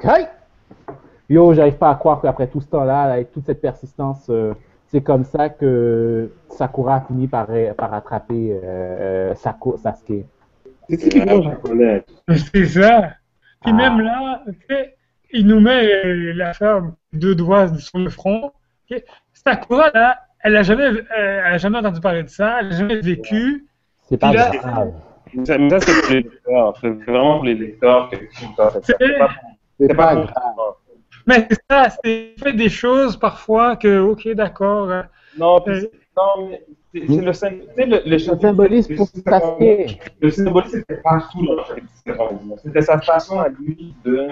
Hey! Yo, j'arrive pas à croire qu'après tout ce temps-là, avec toute cette persistance, euh, c'est comme ça que Sakura a fini par, par attraper euh, euh, Sako- Sasuke. C'est typiquement japonais. C'est ça. Ah. Puis même là, tu sais, il nous met euh, la femme deux doigts sur le front. ok. Sakura, là, elle n'a jamais, euh, elle a jamais entendu parler de ça, elle n'a jamais vécu. C'est pas Puis là, grave. Mais ça, c'est pour les décors. C'est vraiment pour les décors que Kimiko a fait ça. C'est pas pour- C'est pas grave. grave. Mais c'est ça, c'est fait des choses parfois que, ok, d'accord. euh, Non, puis c'est- non, mais c'est c'est le sym- tu sais, le- le Le chef- symbolisme pour le symbolisme- Sasuke. Le symbolisme, c'était partout dans le chef du symbolisme. C'était sa façon à lui de.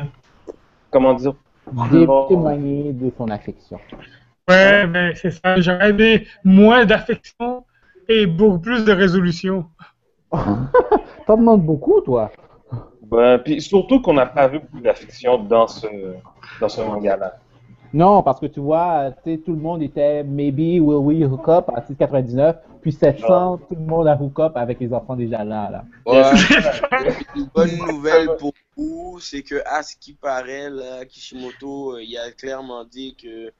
Comment dire Dé- Bon. témoigner de son affection. Ouais, mais c'est ça, j'aurais aimé moins d'affection et beaucoup plus de résolution. T'en demandes beaucoup, toi. Ben, puis surtout qu'on n'a pas vu beaucoup d'affection dans ce, dans ce manga-là. Non, parce que tu vois, tu sais, tout le monde était maybe will we hook up à 6,99, puis 700, tout le monde a hook up avec les enfants déjà là. là. Ouais. Ouais. Une bonne nouvelle pour vous, c'est que à ce qui paraît, là, Kishimoto, euh, il a clairement dit que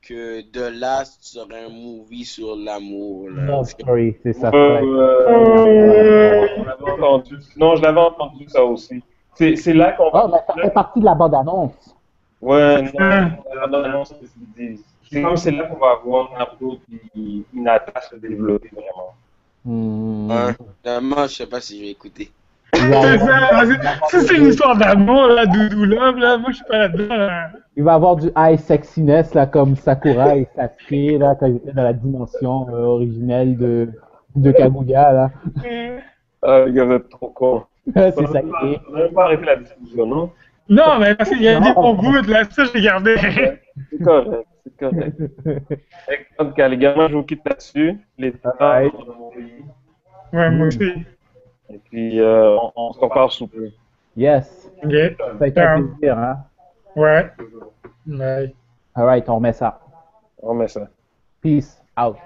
que The Last serait un movie sur l'amour. là. Non, Parce que- sorry, c'est ça. Euh, on l'avait entendu. Non, je l'avais entendu ça aussi. C'est c'est là qu'on Oh, mais ça fait partie de la bande-annonce. Ouais, non, la bande-annonce, c'est ce qu'ils disent. C'est comme c'est là qu'on va voir Naruto puis Hinata se développer vraiment. Hmm. Ouais. Finalement, je sais pas si je vais écouter. Il C'est va- ça, parce que ça, c'est une histoire d'amour, là, doudou love, là, moi je suis pas là-dedans. là. il va avoir du high sexiness, là, comme Sakura et Sasuke, là, quand ils étaient dans la dimension euh, originelle de, de Kaguya, là. Euh, Ah, les gars, vous êtes trop cons. c'est On n'a Sasuke. pas- on n'a même pas arrêté la discussion, non? Non, mais parce qu'il y a Non. des bons bouts, là, ça j'ai gardé. C'est correct, c'est correct. En tout cas, les gars, moi, je vous quitte là-dessus. Les Bye. Ouais, moi aussi. Et puis, euh, on, on se reparle sous peu. Yes. Ok, Ça a été un plaisir, hein. ouais. Ouais. Alright, on remet ça. On met ça. Peace out.